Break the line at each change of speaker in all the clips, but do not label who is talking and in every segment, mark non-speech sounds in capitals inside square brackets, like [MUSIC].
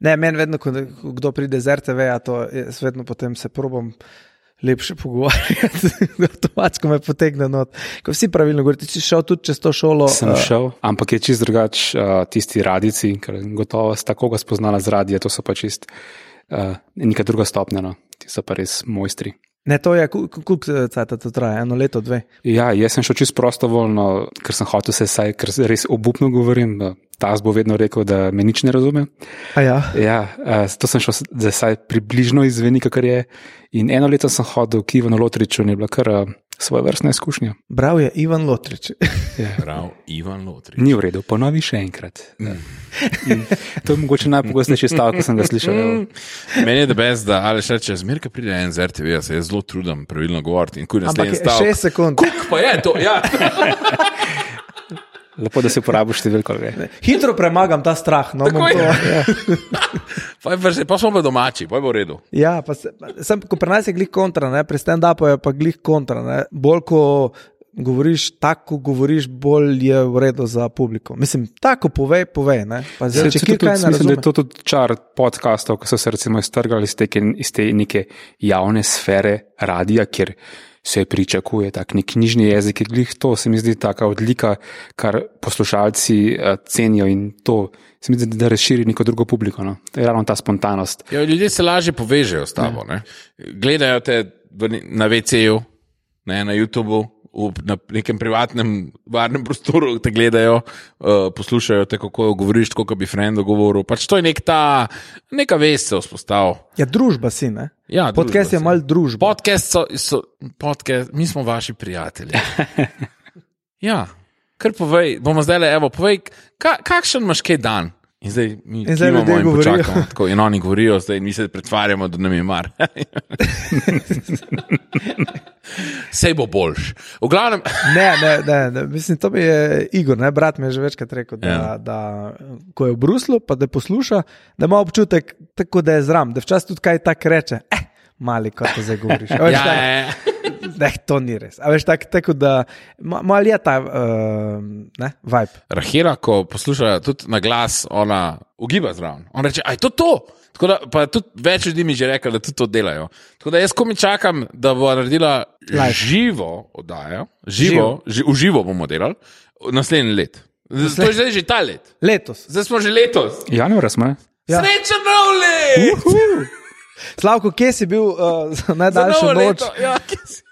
Ne, meni vedno, ko kdo pride z RTV-ja, to jaz vedno potem se probam. Lepše pogovarjati, [LAUGHS] avtomatsko me potegne not. Ko vsi pravilno govorijo, ti si šel tudi čez to šolo. eh,
Sem uh, šel, ampak je čist drugače uh, tisti radici, ker gotovo sta koga spoznala z radije, to so pa čist uh, neka druga stopnja, no. ti so pa res mojstri.
Ne, to je, kako cajt to traja, eno leto, dve.
Ja, jaz sem šel čisto prostovoljno, ker sem hotel se saj, ker res obupno govorim. Ta bo vedno rekel, da me nič ne razume.
A ja.
ja, zato sem šel, da saj približno izveni, kar je. In eno leto sem hodil k Ivanu Lotriču in je bila kar svoje vrstne izkušnje.
Prav je Ivan Lotrič.
ja. Prav Ivan Lotrič.
Ni v redu, ponovi še enkrat.
Mm.
In to je mogoče najpogostejši stavek, ki sem ga slišal.
Meni je da brez, da ali še če zmerka pride en z RTV, se jaz zelo trudim pravilno govoriti in kuj naslednji stavek.
6 sekund.
Kuk pa je to,
[LAUGHS]
ja.
Lepo, da si uporabiš številko. Ne.
Hitro premagam ta strah. No,
Tako
bom
je.
to, ja.
[LAUGHS] Pa, je- pa smo pa domači, pa je v redu.
Ja, pa se, pa sem, ko pri nas je glih kontra, ne, pri stand-upu je pa glih kontra. Ne. Bolj ko govoriš, tako ko govoriš, bolj je v redu za publiko. Mislim, tako povej, povej. ne. Pa Zdaj,
Se,
če
se
kje
tudi,
kaj ne
mislim, da je
razume.
to tudi čar podkastov, ki so se recimo iztrgali iz te, iz te neke javne sfere radia, kjer se pričakuje tak nek knjižni jezik, je glih to, se mi zdi taka odlika, kar poslušalci eh, cenijo in to se mi zdi, da razširi neko drugo publiko. No. To je ravno ta spontanost.
Ja, ljudje se lažje povežejo s tabo. Ne. Gledajo te v ne- na VC-ju, ne, na YouTubu, v, na nekem privatnem, varnem prostoru, te gledajo, uh, poslušajo te, kako govoriš, tako kot bi Frendo govoril. Pač to je nek ta, neka vest se vzpostavlja.
Ja, družba si. Ne.
Ja,
Podcast
družba
je
si.
mal družba.
Podcast so, so podcast, mi smo vaši
[LAUGHS]
prijatelji. Ja, kar povej, bomo zdaj le, evo, povej, ka, kakšen imaš kaj dan? In zdaj mi
In zdaj
imamo
ljudje
in
govorijo.
počakamo, tako in oni govorijo, zdaj mi se pretvarjamo, da nam je
[LAUGHS]
mar. Sej bo boljš. V glavnem,
Ne, ne, ne, ne, mislim, to mi je Igor, ne, brat mi je že večkrat rekel, da,
Ja.
ja. da ko je v Bruslu, pa da posluša, da ima občutek, tako da je zram, da včasih tudi kaj tak reče. Eh, mali, kot te zdaj govoriš. A veš,
ja,
tak,
ja, ja.
[LAUGHS] Ne, to ni res. A veš, tak, tako da ma- malo je ta uh, ne, vibe.
Rahela, ko posluša tudi na glas, ona ugiba zraven. On reče, aj to to. Tako da, pa tudi več ljudi mi je že reklo, da tudi to delajo. Tako da jaz komi čakam, da bo naredila
Live.
Life. živo oddajo, živo, ži, v živo bomo delali naslednji let. Zdaj, to je zdaj že ta let,
Letos.
zdaj smo že letos.
Januar smo. ne?
Ja.
Ja. Srečen nov let! Uh,
Slavko, kje si bil uh, za najdaljšo noč?
Ja.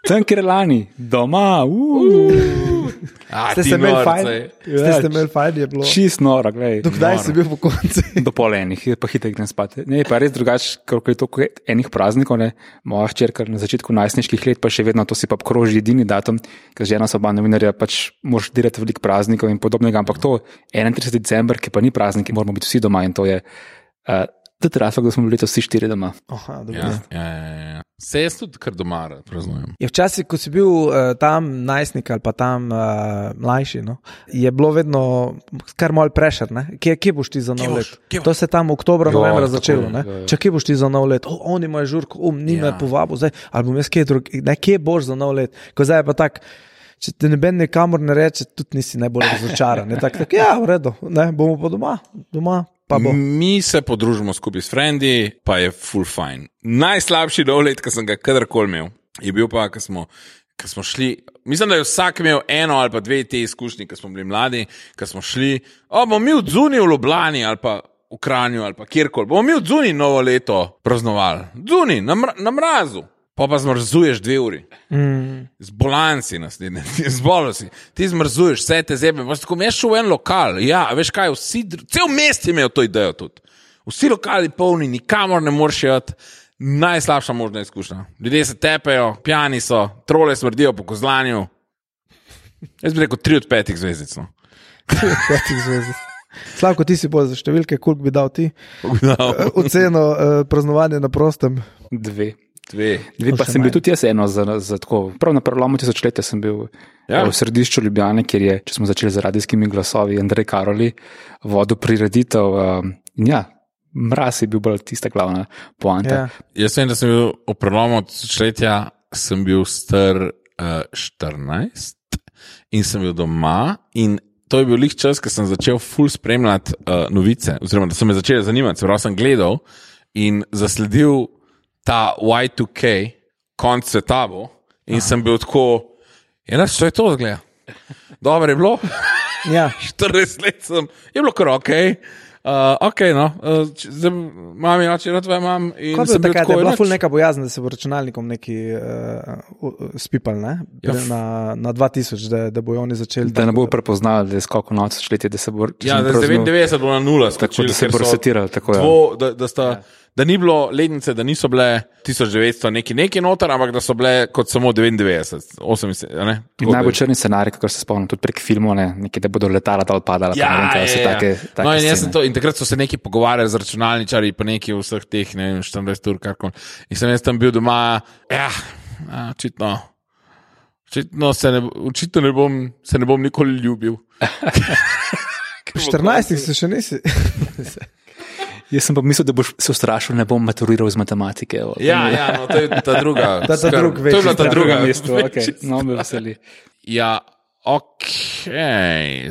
Tam, kjer je lani, doma, uh,
A,
Ste
ti
se imeli fajn?
norce.
Ste se imeli fajn, je bilo.
čist nora, gledaj.
Dokdaj si bil po koncu?
Do pol enih, je pa hitro grem spat. Ne, pa res drugače, ker ko je to ko je enih praznikov. Ne. Moja hčerka na začetku najstniških let, pa še vedno to si pa kroži edini datum, ker žena so oba novinarja, pač moraš delati veliko praznikov in podobnega. Ampak to 31. december, ki pa ni praznik, in moramo biti vsi doma in to je. Uh, Tudi razlog, da smo bili letos vsi štiri doma.
Aha, dobro.
Ja, ja, ja, ja. Se jaz tudi kar doma rad praznujem.
Je včasih, ko si bil uh, tam najstnik ali pa tam uh, mlajši, no, je bilo vedno kar mal prešer. Kje, kje boš ti za nov
boš?
let?
Kje boš?
To se je tam oktobra,
Ja,
novembra
tako
začelo.
je,
ne.
ja, ja.
Če kje boš ti za nov let, o, oni imajo žurko, um, ni me
Ja.
povabo, zdaj, ali bom jaz kje drugje, ne, kje boš za nov let. Ko zdaj je pa tak. Če te noben nikamor ne reče, tudi nisi najbolj razočaran. ne, Tak, tak, ja, v redu, ne, bomo pa doma, doma pa bo.
Mm.
Mi se podružimo skupaj s frendi, pa je full fine. Najslabši dolet, ki sem ga kadarkoli imel, je bil pa, ko smo, ko smo šli. Mislim, da je vsak imel eno ali pa dve te izkušnje, ko smo bili mladi, ko smo šli. O, bomo mi v Zuni v Ljubljani ali pa v Kranju ali pa kjerkoli. Bomo mi v Zuni novo leto praznovali. Zuni, na, mra, na mrazu. Pa pa zmrzuješ dve uri.
Mm. [LAUGHS]
Zbolan si [LAUGHS] naslednji, zbolel si, ti zmrzuješ, vse te zebe. Pa si Tako meš v en lokal, ja, a veš kaj, vsi, dr- cel mest je imel to idejo tudi. Vsi lokali polni, nikamor ne moreš iti. Najslabša možna izkušnja. Ljudje se tepejo, pijani so, trole smrdijo po kozlanju. Jaz bi rekel, tri od petih zvezdic. No.
Petih zvezdic. Slavko, ti si bolj za številke, koliko bi dal ti eh, [LAUGHS]
No,
oceno eh, praznovanja na prostem?
Dve.
dve.
Dve,
To
pa
še
sem bil
manj.
tudi jaz eno za, za tako. Prav na prelomu tisočletja sem bil ja.
Ja.
v središču Ljubljana, kjer je, če smo začeli z radijskimi glasovi, Andrej Karoli vodil prireditev. Um, ja, mraz je bil bolj tista glavna poanta.
Ja.
Ja.
Jaz vem, da sem bil v prelomu tisočletja, eh, sem bil star uh, 14 in sem bil doma. In to je bil lih čas, ko sem začel ful spremljati uh, novice, oziroma da so me začele zanimati. Prav sem gledal in zasledil ta Y2K, konc sveta bo, in Aha. sem bil tako, ena stvar je to zgleda. Dobro je bilo, [LAUGHS]
Ja.
40 let sem, je bilo kar ok. Uh, ok, no, uh, če- zdaj imam in oče, rad vam imam. in
Kaj je
sem
bilo
bil
takrat?
tako,
Je bila
"Nič."
ful neka bojazen, da se bo računalnikom neki uh, spipal, ne?
Ja.
Na, na 2000, da, da bojo oni začeli.
Da ne bo prepoznal, da je skok v noč šletje, da se bo
Ja, da je 99 bilo na nula,
Tako da se bo resetiralo. tako, ja.
Dvo, da, da, sta, ja. da ni bilo letnice, da niso bile 1900 neki neki noter, ampak da so bile kot samo 99, 80. a Ne?
In
Tako,
Najbolj
da-
črni scenarij, kako se spomnim, tudi prek filmov, ne, nekaj, da bodo letala dol padala. pa ne vem,
Ja,
kaj,
ja,
vse
ja.
take, take
no, in, jaz sem
scene.
to, in takrat so se neki pogovarjali z računalničarji, pa neki vseh teh, ne vem, 24 ur, kar koli. In sem jaz tam bil doma, ja, a, očitno. Očitno se ne, očitno ne bom, se ne bom nikoli ljubil.
Pri 14 se še nisi.
[LAUGHS]
Jaz sem pa mislil, da boš se ustrašil, ne bom maturiral iz matematike. evo.
Ja, ja no, to je ta druga.
ta
skrb.
drug
to je bila
večji
ta
strah.
druga
mesto.
večji
Okay. No, me veseli.
Ja, ok.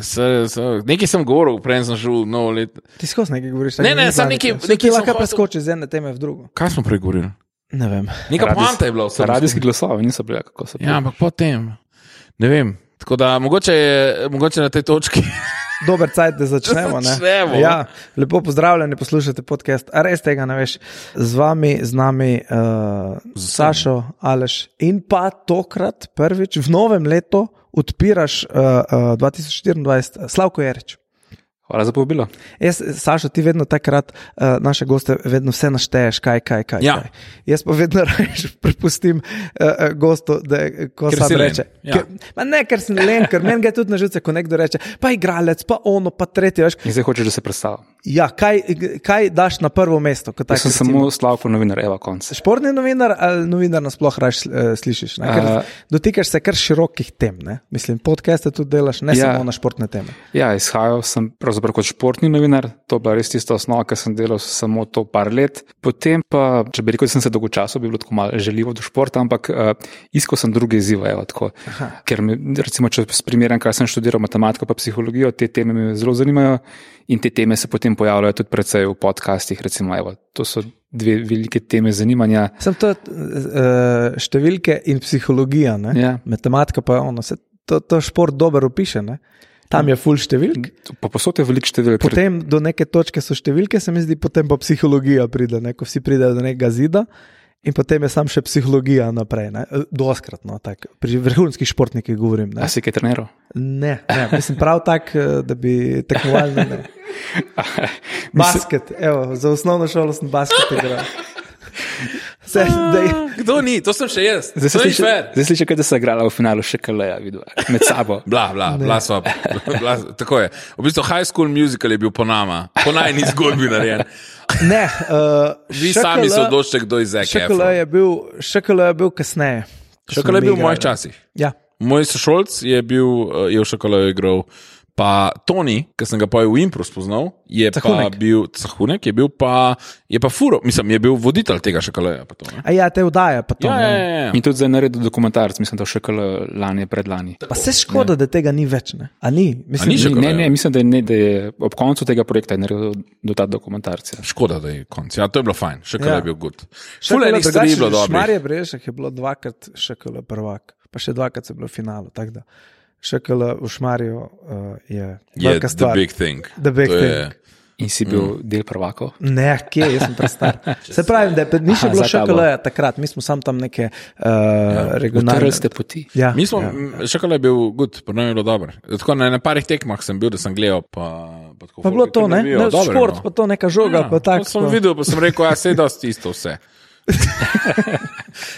Se, se, nekaj sem govoril, prej sem šel novo leto.
Ti skozi nekaj govoriš.
Ne, ne, samo nekaj- nekaj
Nekaj
sem
lahko
hotel-
preskoči z ene teme v drugo.
Kaj smo prej govorili?
Ne vem.
Neka
Radijs-
poanta je bila vse.
Radijski glasovi niso bili, kako so bili.
Ja, ampak potem. Ne vem. Tako da mogoče, je, mogoče na tej
[LAUGHS]
točki.
Dober cajt, da začnemo. ne?
Začnemo.
Ja, lepo pozdravljeni, poslušate podcast, a res tega ne veš. Z vami, z nami, uh, z Sašo, Aleš. In pa tokrat prvič v novem letu odpiraš uh, uh, 2024, Slavko Jerič.
Hvala za povabilo.
Jaz, Saša, ti vedno takrat uh, naše goste vedno vse našteješ, kaj, kaj, kaj.
Ja.
kaj. Jaz pa vedno [LAUGHS] rajš prepustim uh, uh, gostu, da eh, ko
Ker
sam
si len,
reče.
ja.
Ker, ma ne, ker sem len, ker meni gre tudi na živce, ko nekdo reče, pa igralec, pa ono, pa tretje. Veš,
In zdaj hočeš, da se predstavim.
ja, kaj, kaj daš na prvo mesto? ko
Jaz
tako
sem
recimo?
samo Slavko novinar, evo konc.
Športni novinar ali novinar nasploh raš slišiš? Ne? Ker
A-
dotikaš se kar širokih tem. Ne? Mislim, podcaste tudi delaš, ne
Ja.
samo na športne teme.
Ja, izhajal sem pravzaprav kot športni novinar, to je bila res tista osnova, ker sem delal samo to par let. Potem pa, če bi rekel, da sem se dolgočasno, bi bilo tako malo želivo do športa, ampak uh, iskal sem druge izzive. Evo, tako. ker me, recimo, če primerjam, kaj sem študiral, matematiko pa psihologijo, te teme me zelo zanimajo in te teme se potem pojavljajo tudi precej v podcastih. Recimo, evo, to so dve velike teme zanimanja.
Sem to uh, številke in psihologija, ne?
Ja.
matematika pa je ono, se to, to šport dobro opiše. Ne? Tam je full številk.
Pa posod je veliko število.
Potem do neke točke so številke, se mi zdi, potem pa psihologija pride, ne? ko vsi pridejo do nekega zida. In potem je sam še psihologija naprej, ne? Eh, doskrat, no, tak, pri vrhunskih športnikih govorim.
A
Ne,
si kaj treniral?
ne, ne mislim prav tako, eh, da bi tekmovalno.
[LAUGHS]
ne. Basket, evo, za osnovno šolo sem basket igral. Vse, dej,
Kdo ni? To sem še jaz.
Zdaj se
To ni
sliši,
fair.
zdaj sliši, kaj, da se je igrala v finalu še kaleja, vidva, med
[LAUGHS]
sabo.
Bla, bla, bla,
[LAUGHS]
sva, bla, tako je. V bistvu High School Musical je bil po nama, po najni zgodbi narejen.
ne, uh,
Vi sami se odločite, kdo iz ZKF.
Šekele je bil, šekele je bil kasneje. ko smo
Šakala je
mi
bil v
igrali.
mojih časih.
Ja.
Moj sošolc je bil, eh, je v Šakalajo igral, pa Toni, ki sem ga pa v Impro spoznal, je
Cahunek.
pa bil, Cahunek je bil pa, je pa furo, mislim, je bil voditelj tega Šakalaja. Pa to, ne?
A ja, te vdaje pa to.
ja, ja,
ne.
ja, ja.
In tudi zdaj naredil dokumentarc, mislim, da še kale lani, predlani.
Pa se škoda, da tega ni več. Ne? A ni, mislim,
A ni še-
Ne, ne, mislim, da, je ne, da je ob koncu tega projekta je naredil do ta dokumentarc. ja.
Škoda, da je konc. Ja, to je bilo fajn, še kaj
Ja.
ja. je bil gut. Šule enih stvari je bilo dobro.
Marje Brešek je bilo dvakrat šekele prvak, pa še dvakrat se je bilo v finalu. tako da Šekele v Šmarju uh, je
Je
velika
the
stvar.
big thing.
The big
To je-
thing.
In si bil
Mm.
del prvakov.
Ne, kje, jaz sem prestar.
[LAUGHS]
Se pravi, da pe- ni še
Aha,
bilo
za tabo.
šekele takrat, mi smo sam tam neke uh, ja, regionalne.
Utrli ste poti.
Ja,
Mi smo,
ja.
ja. šakala je bil gut, pa nam je bilo dobro. Tako na, na parih tekmah sem bil, da sem gledal, pa, pa tako.
Pa bilo
folk je
to, ne,
krvavil,
ne
dobro no. je
šport,
bilo.
pa to neka žoga, ja, pa tako.
to sem videl, pa sem rekel, ja, se da isto vse.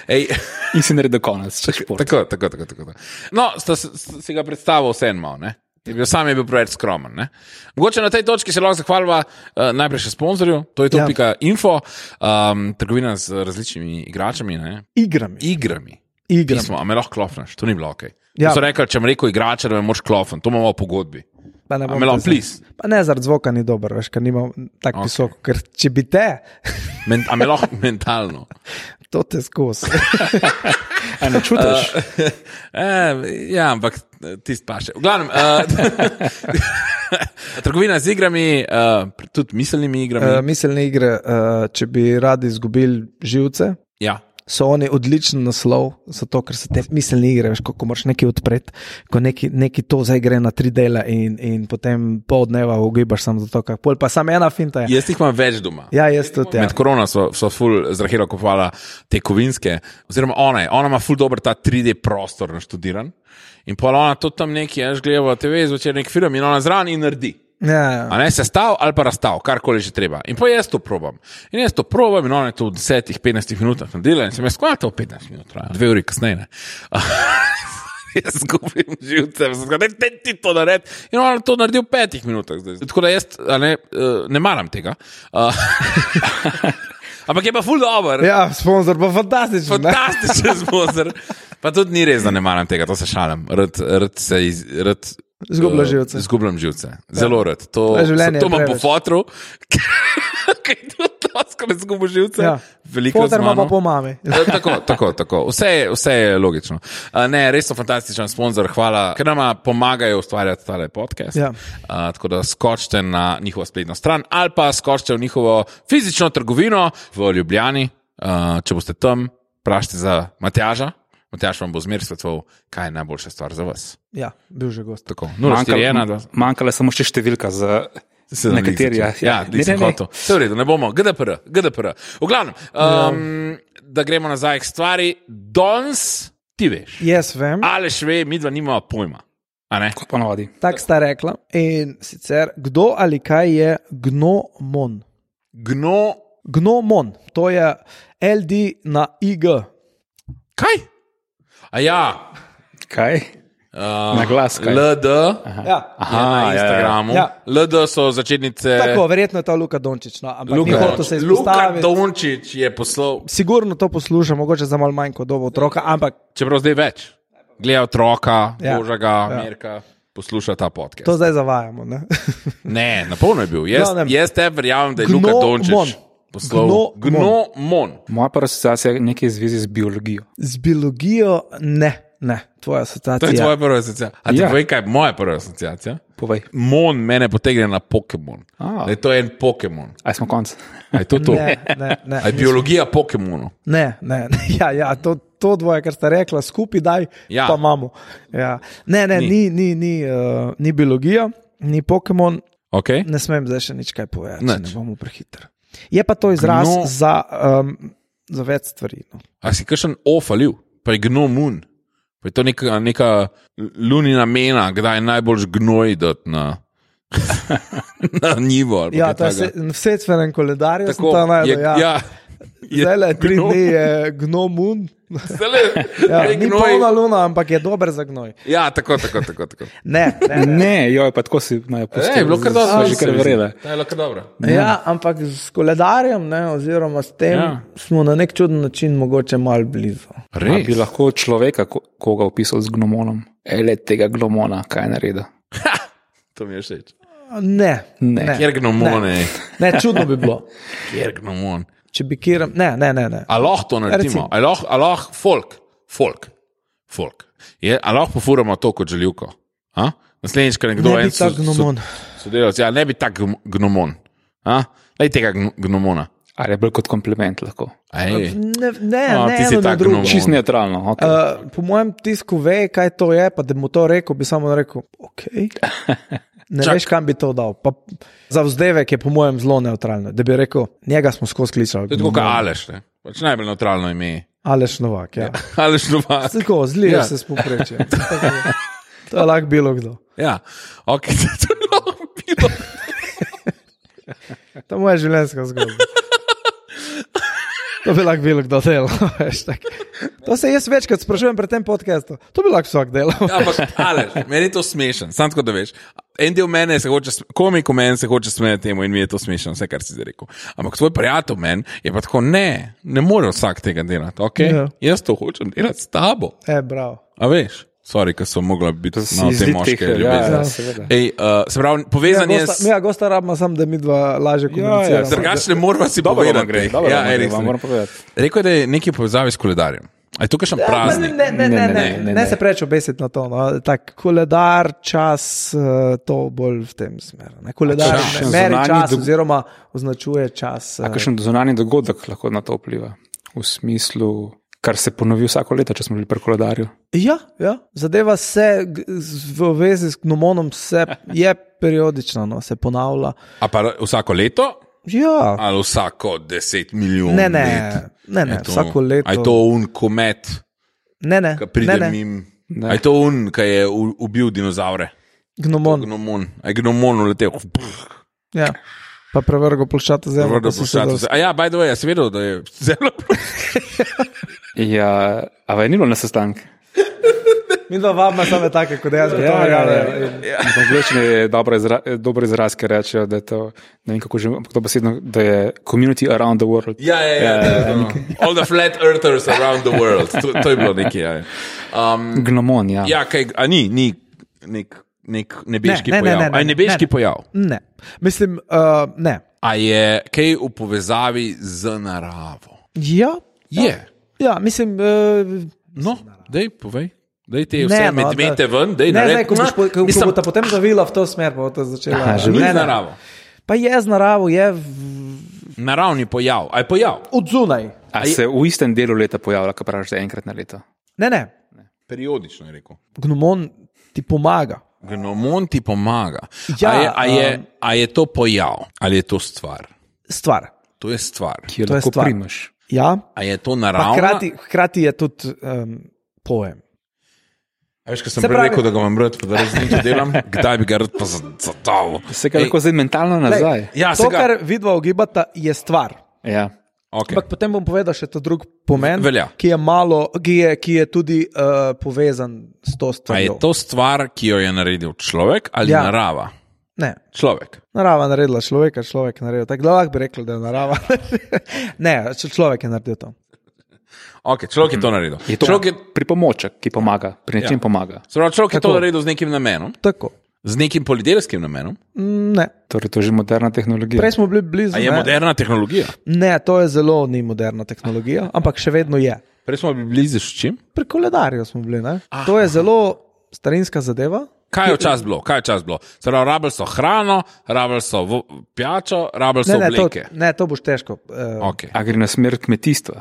Ej,
In si naredil konec. še
[LAUGHS]
šport.
tako, tako, tako, tako. tako. No, sta, s- s- si ga predstavil vse en mal, ne? Je bil, sam je bil preveč skromen. Ne? Mogoče na tej točki se lahko zahvaljujem uh, najprej še sponzorju, to je
Ja.
to.info, um, trgovina z različnimi igračami, ne?
Igrami.
igrami.
Igram.
Pismo, a me lahko klopneš, to ni bilo ok.
Ja.
Ja. So rekli, če mi reko igrače, da me moraš klopniti, to imamo v pogodbi.
Pa ne
A
bom
me lahko
priznal.
plis?
Pa ne, zaradi zvoka ni dober, veš, ker nimam tako okay.
Okej.
visoko. Ker če bi te, [LAUGHS]
[LAUGHS] Men, a me lahko mentalno.
to te skozi.
A ne čutiš?
[LAUGHS]
Uh,
Eh, ja, ampak tisti pa še. V glavnem, eh, [LAUGHS] trgovina z igrami, eh, tudi miselnimi igrami.
Uh, miselne igre, uh, če bi radi izgubili živce,
Ja.
so oni odličen naslov, zato ker se te miselne igre, veš, kako moraš nekaj odpreti, ko neki, neki to zdaj gre na tri dela in, in potem pol dneva ugibaš samo zato, kar pol, pa samo ena finta je.
Jaz jih imam več doma.
Ja, jaz tudi. Ja.
Med korono so, so ful z Rahelo kupovala te kovinske, oziroma ona je, ona ima ful dober ta 3D prostor naštudiran in pa ona to tam nekje, jaz gledam TV, zvečer nek film in ona zraven in naredi.
Ja,
A ne sestav ali pa razstav, karkoli že treba. In pa jaz to probam. In jaz to probam, in on je to v 10-15 minutah nadela in sem jaz skvala to v 15 minut, traja. dve uri kasneje. Ne. [LAUGHS] jaz zgubim živce, sem rekel, da ti to naredi. In on je to naredil v 5 minutah. Zdaj. Tako da jaz a ne, eh, ne maram tega. A- [LAUGHS] Ampak je pa ful dobro.
ja sponzor pa fantastičen. ne?
Fantastičen zmozer. Pa tudi ni res, da ne maram tega, to se šalim. Rad, rad se iz, rad,
Zgublja
eh,
živce.
Zgubljam živce. Zelo rad. To,
To je življenje,
to imam po
preveč.
fotru. [LAUGHS] Kaj je to, da me zgubi živce?
Ja.
Veliko
Potem ima pa
zmano.
po mami.
Eh, tako, tako, tako. Vse, je, vse je logično. Eh, Ne, res so fantastičen sponzor, hvala, ker nam pomagajo ustvarjati tale podcast.
Ja.
Eh, Tako da skočite na njihovo spletno stran ali pa skočite v njihovo fizično trgovino v Ljubljani. Eh, Če boste tam, vprašajte za Matjaža. Matjaž vam bo zmer svetoval, kaj je najboljša stvar za vas.
Ja, bil že gost.
Tako,
manjkala, manjkala samo še številka za nekateri.
Ja, ja
ne, ne,
nisem
ne.
hotel. Vse v redu, ne bomo, GDPR, GDPR. V glavnem,
Ja.
um, da gremo nazaj k stvari, danes ti veš.
Jaz vem.
Aleš ve, mi dva nimamo pojma. a ne?
Kot ponovadi.
Tako sta rekla. In sicer, kdo ali kaj je gnomon?
Gno,
Gnomon, to je LD na IG.
kaj? A ja,
Kaj?
uh,
Na glas, kaj?
LD.
Ja.
Aha, na
Aha, ja, ja.
Instagramu. Ja,
Ja.
ja. LD so začetnice.
Tako, verjetno je to Luka Dončić, no, ampak Luka,
Luka,
to se
Luka
izpostavi.
Dončić je poslal,
Sigurno to posluša, mogoče za malo manj kot dobo otroka, ampak
čeprav zdaj več. Gleda otroka, ja.
Ja.
božaga, ja. Merka, posluša ta podcast.
to zdaj zavajamo.
[LAUGHS]
ne.
Ne, na polno je bil. Jaz,
Glavnem.
jaz te verjamem, da je
Gno
Luka
Mon.
Dončić poslal
Gno Mon.
gnomon.
Moja prva asociacija je nekaj v zvezi z biologijo.
Z biologijo ne, ne, tvoja
To je
asociacija.
ja. tvoja prva asociacija. A ti ja.
Ja.
povej, kaj je moja prva asociacija?
Povej.
Mon mene potegne na Pokemon.
A.
Da je to en Pokemon.
Aj smo konc.
A je to to?
Ne, ne, ne.
A je biologija Pokemonov.
Ne, ne, [LAUGHS] ne. Ja, ja, to, to dvoje, kar ste rekla, skupaj daj,
Ja.
ja. pa imamo. Ja. Ne, ne,
Ni.
ni, ni, ni, ni, uh, ni biologija, ni Pokemon,
Okay.
ne smem zdaj še nič kaj povedati,
Nič.
če ne bomo prehiter. Je pa to izraz
Gno-
Gno... za, um, za več stvari. No.
A si kakšen ofalil, pa je gnomun. Pa je to neka, neka lunina mena, kdaj je najbolj gnoj dati na, [LAUGHS] na nivo. ali pa
Ja,
kaj
to je
takega.
se- v svetvenem koledarju, sem
Tako,
to
je,
najdel.
ja.
Ja.
je
Zdaj le tri
gnom.
dni je gnomun.
Zdajle
[LAUGHS] Ja,
je
ni
gnoj.
polna luna, ampak je dober za gnoj.
Ja, tako, tako, tako.
[LAUGHS]
tako.
Ne, ne, ne.
Ne, joj, pa tako si naj opustil.
E, je bilo kar dobro,
Sva
mislim,
Že kar
mislim.
vrele.
Ja, je bilo kar dobro.
Ja, ampak s koledarjem, ne, oziroma s tem,
Ja.
ja. smo na nek čuden način mogoče malo blizu.
A
Res?
Bi lahko človeka, ko- koga opisal z gnomonom, ele tega gnomona, kaj naredi.
To mi je všeč.
Ne,
Ne.
ne.
Kjer gnomone,
ne čudno bi bilo.
kjer gnomon.
Če bi kiram, ne, ne, ne. ne.
Ali lahko to naredimo,
Recimo.
ali lahko- ali lahko folk, folk, folk. Je, ali lahko pofuramo to kot želivko. A? Naslednjič, ko nekdo
Ne
en
bi ta
so- so-
gnomon.
sodelavec, ja, ne bi tak gnom- gnomon. Naj tega gn- gnomona.
Ali je bolj kot kompliment lahko.
Ej,
Ne, ne,
A,
ne
ti si
eno
tak
ne drugo.
gnom.
Čist neutralno. Okay.
Uh, po mojem tisku ve, kaj to je, pa da bi mu to rekel, bi samo rekel, ok.
[LAUGHS]
Ne
Čak.
veš, kam bi to dal. Pa, za vzdevek je po mojem zelo neutralno, da bi rekel, njega smo skozi kličali.
to je tako kot Aleš, ne? pač najbolj neutralno ime.
Aleš Novak. Ja.
[LAUGHS] Aleš doma.
Tako, zlije
Ja.
ja. se spopreče. [LAUGHS] To je lahko bilo kdo.
Ja, ok, [LAUGHS] to je lahko bilo.
To je moja življenjska zgodba. To bi lahko bilo kdo delal. [LAUGHS] veš, tako. To se jaz večkrat sprašujem pred tem podcastom. To bi lahko vsak delal.
Ja, Ampak, ali, meni je to smešen, samo tako da veš. En del mene se hoče, sme- komik v meni se hoče smejati temu in mi je to smešno, vse kar si zdaj rekel. Ampak tvoj prijatelj meni je pa tako, ne, ne more vsak tega delati, ok?
Ja.
Yeah. Jaz to hočem delati s tabo,
E, bravo.
a veš. Sorry, ker sem mogla biti
Si
na te
izlit
moške
teh-
ljubezni.
Ja,
Ja.
ja, seveda.
Ej, uh, se pravi, povezan
Mi
je
ja,
s...
gosta, ja, gosta rabimo sam, da mi dva lažje
ja,
komuniciramo.
drugač-
Drugačne moramo si
Dobro, vam
povedati.
gre,
teh.
dobro,
ja,
vam gre,
res,
vam
ne.
moram povedati.
Rekel je, da je nekaj v povezavi s koledarjem. A je to še en
Ja, pa
praznik?
Ne, ne, ne, ne, ne,
Ne, ne,
ne, ne
ne, ne.
se preveč obesiti na to. No. Tak, koledar, čas, eh, to bolj v tem smeru. ne. Koledar ne,
Kakšen
meri
zunanji
čas,
dog-
oziroma označuje čas. eh,
A kakšen zunanji dogodek lahko na to vpliva? V smislu, kar se ponovi vsako leto, če smo bili pri koledarju.
Ja, ja, zadeva se g- z- v vezi s gnomonom,
[LAUGHS]
se je periodična, no, se ponavlja.
A pa vsako leto?
Ja,
Ali vsako 10 milijonov?
ne, ne, ne, ne vsako
A je
leto.
to un komet,
Ne, ne,
ki
ne,
pride
ne.
mimo?
Ne.
A je to un, ki je u- ubil dinozaure?
gnomon.
Gnomon, a je gnomon uletel.
Ja. Pa prevrgo ploščata zemlje.
Vrdo pošljato. A ja, by the way, jaz sem vedel, da je [LAUGHS] zemlja
Ja, a vaj ni bilo na sestanku.
Mi dva vama same take, kot jaz, gotovo.
Ja, ja, ja.
verjamem.
Ampak V angleščini je dobra izra- eh, dober izraz, ki rečejo, da je to, ne vem kako že, ampak to besedno, da je community around the world.
Ja, ja, ja, ja, ja, ja. [LAUGHS] All the flat earthers around the world. To, to je bilo nekaj. Ja, ja. um,
Gnomon, ja.
ja kaj, a ni, ni nek, nek nebeški
Ne, ne, ne, ne,
pojav.
ne,
a je nebeški
ne, ne.
pojav.
Ne, mislim, uh, ne.
A je kaj v povezavi z naravo?
Ja,
Je.
ja mislim. Uh,
No, dej, povej. Dej te vse
no, da-
medvede ven, dej
ne,
naredi.
ne, ko boš po- ko- ko
Mislim,
bo ta potem zavila v to smer, pa bo to začela.
Aha, že
Ne,
Ni
ne.
z naravo.
Pa je z naravo, je v,
Naravni pojav. A je pojav?
od zunaj.
A se v istem delu leta pojavlja, kar praviš, da je enkrat na leto.
Ne, ne,
Periodično je rekel.
gnomon ti pomaga.
Gnomon ti pomaga.
Ja,
a, je, a, je,
um,
a je to pojav ali je to stvar?
Stvar.
To je stvar.
Ki jo
To je
lahko
stvar.
primaš.
Ja,
A je to
pa
naravno?
hkrati, hkrati je tudi um, pojem.
A Veš, kaj sem
Se
prej
pravi-
rekel, da ga imam rad, pa da različno delam, [LAUGHS] kdaj bi ga rad pa za- zadal.
Se ga
Ej,
lahko zdaj mentalno nazaj.
Glej,
Ja,
to,
se ga-
kar vidva ogibata, je stvar.
Ja.
Okay.
Ampak potem bom povedal še ta drug pomen,
Velja.
ki je, malo, ki je, ki je tudi uh, povezan s to
A je
stvarjo.
to stvar, ki jo je naredil človek ali
Ja.
ja. narava?
Ne.
Človek.
Narava je naredila človeka, človek je naredil. Tako da lahko bi rekli, da je narava. [LAUGHS] ne, če človek je naredil to.
Okay, človek je
Mhm.
to naredil.
Je to
človek je,
pripomoček, ki pomaga, pri nečem ja.
Ja.
pomaga.
se pravi, človek je to
Tako.
naredil z nekim namenom,
Tako.
z nekim polidelskim namenom.
Mm, Ne.
Torej, to je že moderna tehnologija.
Prej smo bili blizu.
A je
ne.
moderna tehnologija?
Ne, to je zelo ni moderna tehnologija, ampak še vedno je.
Prej smo bili blizu s čim?
Pri koledarju smo bili. Ne? To je zelo starinska zadeva.
Kaj je včasih bilo? Kaj je včasih bilo? Se pravi, rabili so hrano, rabili so vo- pijačo, rabili so
Ne, ne, to,
obleke.
ne, to boš težko. Uh,
Okay.
A gre na smer kmetijstva.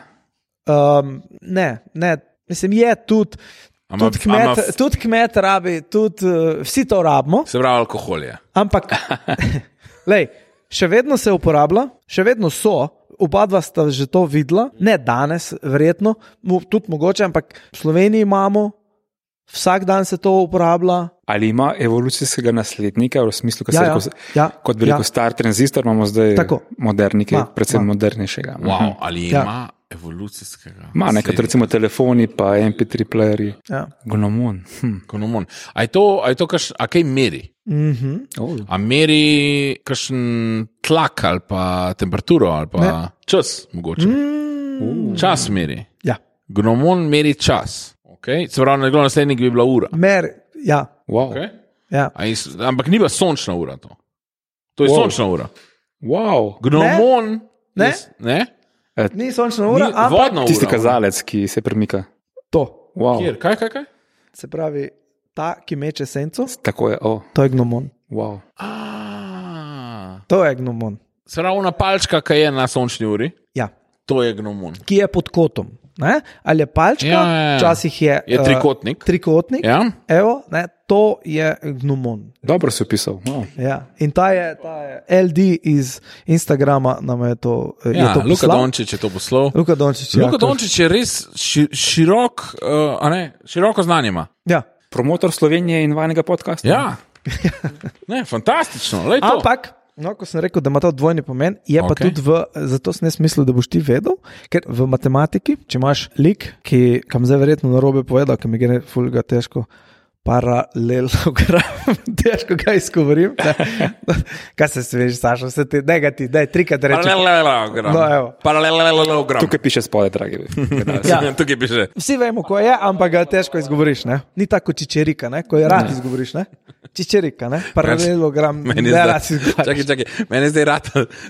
Um, ne, ne, mislim, je tudi.
Ama-
Tudi kmet,
ama-
tudi kmet rabi, tudi uh, vsi to rabimo,
Se pravi, alkohol je. [LAUGHS]
ampak lej, še vedno se uporablja, še vedno so. Oba dva sta že to videla, ne danes, verjetno, mo- tudi mogoče, ampak v Sloveniji imamo, vsak dan se to uporablja.
Ali ima evolucijskega naslednika, v smislu, da se
Ja, ja,
lahko,
ja,
kot bi
ja.
rekel, ja. star tranzistor, imamo zdaj
Tako.
modernike,
Ma,
ma, predvsem
ma.
ma. modernejšega.
Wow, ali
Ja.
ima evolucijskega?
Ma, nekaj,
naslednika?
recimo telefoni, pa MP3 playerji,
Ja.
gnomon. Hm.
Ekonomon. A je to, a je to kaš, a kaj meri?
Mhm.
Oh.
A meri kakšen tlak ali pa temperaturo ali pa ne. čas, mogoče. Mm. Čas meri.
Ja,
Gnomon meri čas. Okay? Se pravi, nekdo naslednjik bi bila ura.
mer, ja,
Wow.
Okay?
Okay.
ja.
A Iz, ampak ni bila sončna ura to. To je wow.
Wow.
sončna ura.
Wow.
Gnomon.
Ne?
Jaz- ne?
Ni sončna ura,
Ni
ampak
vodna
Tisti
ura.
kazalec, ki se premika.
to.
Wow.
Kjer? Kaj, kaj, kaj?
Se pravi, ta, ki meče senco,
Tako je. Oh.
to je gnomon.
Wow.
A,
To je gnomon.
Se pravi, ona palčka, ki je na sončni uri,
Ja.
to je gnomon.
Ki je pod kotom. Ne? Ali je palčka,
Ja, ja, ja.
včasih je,
Je
eh,
trikotnik.
trikotnik.
Ja?
Evo, ne? To je gnomon.
Dobro si opisal. Wow.
Ja. In ta je, ta je LD iz Instagrama, nam je to. eh, je
Ja,
to
Luka
poslal.
Dončić je to poslal.
Luka Dončić.
Luka
ja,
Dončić je res ši, širok, uh, a ne, široko znanje. ima.
Ja.
Promotor Slovenije in vanega podcasta.
Ja. Ne, fantastično. glej to.
Ampak, no, ko sem rekel, da ima to dvojni pomen, je okay. pa
Okej.
tudi v, zato sem jaz mislil, da boš ti vedel, ker v matematiki, če imaš lik, ki kam zdaj verjetno na robe povedal, ki mi gre fulga težko paralelogram, [LAUGHS] težko kaj izgovorim. ne. [LAUGHS] Kaj se smeješ, Saša, vse te negati, da je trikrat rečeš.
Paralelogram.
No, evo.
Paralelogram.
Tukaj piše spodaj, dragi.
[LAUGHS]
gledalci.
Ja.
Tukaj piše.
Vsi vemo, ko je, ampak ga težko izgovoriš. Ne? Ni tako čičerika, ne? ko je rad izgovoriš. Ne? Čičerika, ne? paralelogram,
Pač Meni
ne
je zdaj-
rad izgovoriš.
Čakaj, čakaj. Meni je zdaj rad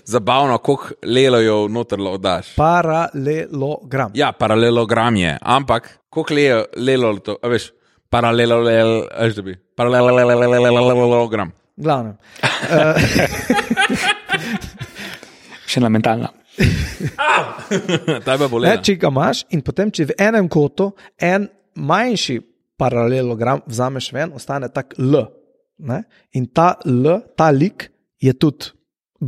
zabavno, koliko lelojev noter daš.
Paralelogram.
Ja, paralelogram je, ampak koliko lejo, lelo to, a veš, paralelolel, veš, da bi. Paralelogram.
Glavnem.
Še ena mentalna.
Ta je bolje.
Ne, če ga imaš in potem, če v enem kotu en manjši paralelogram vzameš ven, ostane tak L. Ne? In ta L, ta lik je tudi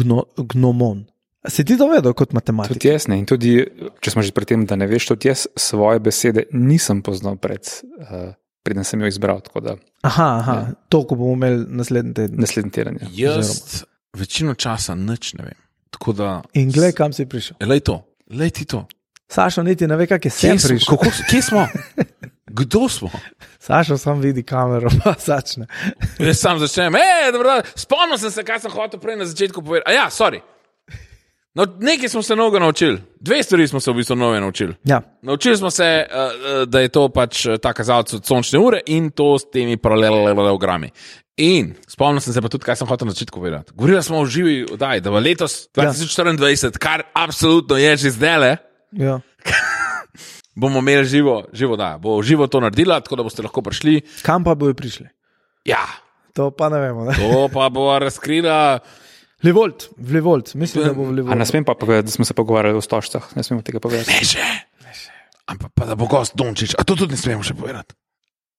gno, gnomon. Si ti to vedel kot matematik?
Tudi jaz ne. In tudi, če smo že pri tem, da ne veš, tudi jaz svoje besede nisem poznal pred. Uh, Preden sem jo izbral, tako da
Aha, aha
Ja.
to, ko bomo imeli naslednji teden.
naslednji teden. Ja.
Jaz večino časa nič ne vem. Tako da,
In gled, kam si prišel.
lej to, lej ti to.
Sašo niti ne ve, kak je sem
smo?
prišel.
Kako, kje smo? Kdo smo?
Sašo sam vidi kamero, [LAUGHS] pa začne.
Jaz sam začnem, e, dobro, spomnil sem se, kaj sem hotel prej na začetku povedati. A ja, sorry. No, nekaj smo se novega naučili, dve stvari smo se v bistvu nove naučili.
Ja.
Naučili smo se, eh, eh, da je to pač eh, ta kazalec od sončne ure in to s temi paralelogrami. In spomnil sem se pa tudi, kaj sem hotel na začetku povedati. Govorili smo o živi oddaji, da bo letos 2024, kar absolutno je že zdaj le,
Ja.
bomo imeli živo, živo da. Bo živo to naredila, tako da boste lahko prišli.
Kam pa bojo prišli?
Ja,
To pa ne vemo. Ne?
to pa bo razkrila.
Levolt, v Levolt, mislim, da bo v
Ja. A ne
Levolt.
smem pa povedati, da smo se pogovarjali o stožcah, ne smemo tega povedati.
Ne že. Ampak pa da bo gost Dončić, a to tudi ne smemo še povedati.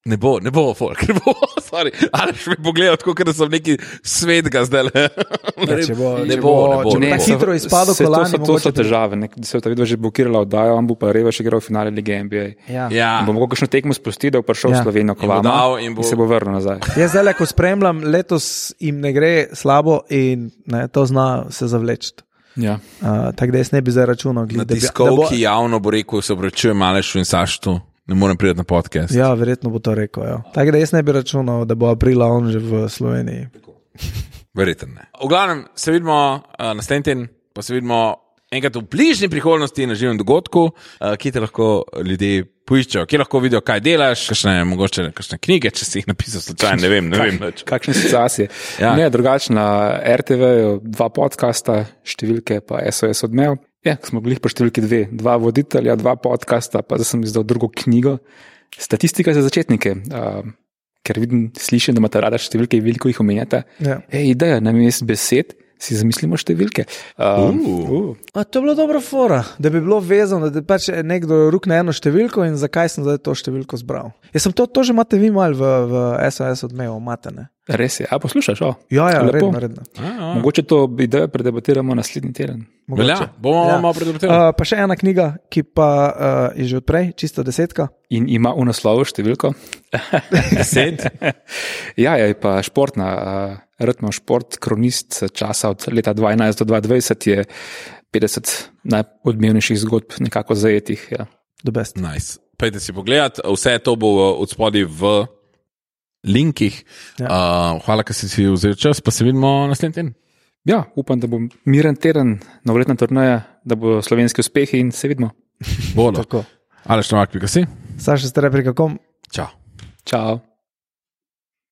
Ne bo, ne bo, folk, [LAUGHS] ne bo, sorry. Ali še me pogledal, tako kot da sem neki svet ga zdaj. Ne,
če bo-
ne
če
bo, ne bo.
bo- če
Ne
bo
bo.
tako- hitro izpadel
se-
kolani,
To so, to
mogoče
so težave, nek, se je ta vidva že blokirala oddajo, on bo pa reva še igral v finale lige NBA.
Ja.
Ja,
In Bo mogel kakšno tekmo spustiti, da bo prišel
Ja.
v Slovenijo, ko
In bo dal
vama
in
in,
bo-
in se bo vrnil nazaj.
Jaz zdaj, le, ko spremljam, letos jim ne gre slabo in ne, to zna se zavleči.
Ja.
Uh, Tako da jaz ne bi zdaj računal, glih,
Na
da bi- da
tiskovki javno bo rekel, se obračujem Malešu in Saštu, ne morem priti na podcast.
Ja, verjetno bo to rekel. ja. Tako da jaz ne bi računal, da bo aprila on že v Sloveniji.
Verjetno ne. V glavnem, se vidimo uh, naslednji teden, pa se vidimo enkrat v bližnji prihodnosti na živem dogodku, uh, kjer te lahko ljudje poiščejo, kjer lahko vidijo, kaj delaš, kakšne, mogoče kakšne knjige, če si jih napisal slučajno, ne vem. Ne vem
pač.
nič.
Kakšne situacije. ja.
Ja.
Ne, drugače na RTV, dva podcasta, številke pa SOS odmev. Ja, ko smo bili po številki dve, dva voditelja, dva podcasta, pa zdaj sem izdal drugo knjigo. Statistika za začetnike, uh, ker vidim, slišim, da imate rada številke, veliko jih omenjate.
Ja.
Ej, ideja na mestu besed, si zamislimo številke. Um,
Uh.
uh.
A, to je bila dobra fora, da bi bilo vezano, da pač nekdo rukne eno številko in zakaj sem zdaj to številko zbral. Jaz sem to, to že imate vi mal v, v SOS odmevu, imate ne.
Res je, a poslušaš? O,
Ja, ja,
lepo.
redno, redno.
A, a.
Mogoče to idejo predebatiramo naslednji teden.
Mogoče.
Velja, bomo
Ja.
ja. malo predebatirali.
Uh, pa še ena knjiga, ki pa uh, je že odprej, čisto desetka.
In ima v naslovu številko.
Deset. [LAUGHS]
ja, je pa športna, uh, rtmo šport, kronist časa od leta 2011 do 2020 je 50 najodmevnejših zgodb nekako zajetih. Ja.
Do best.
Nice. Pojdite si pogledat, vse to bo od spodaj v linkih.
Ja.
Ja. Uh, hvala, ker si si vzel čas, pa se vidimo naslednji teden.
ja, upam, da bo miren teden, novoletna turnaja, da bo slovenski uspehi in se vidimo.
Bodo.
Tako.
Ali še novak, pika si?
Saša, ste rekli, kako
Čau.
Čau.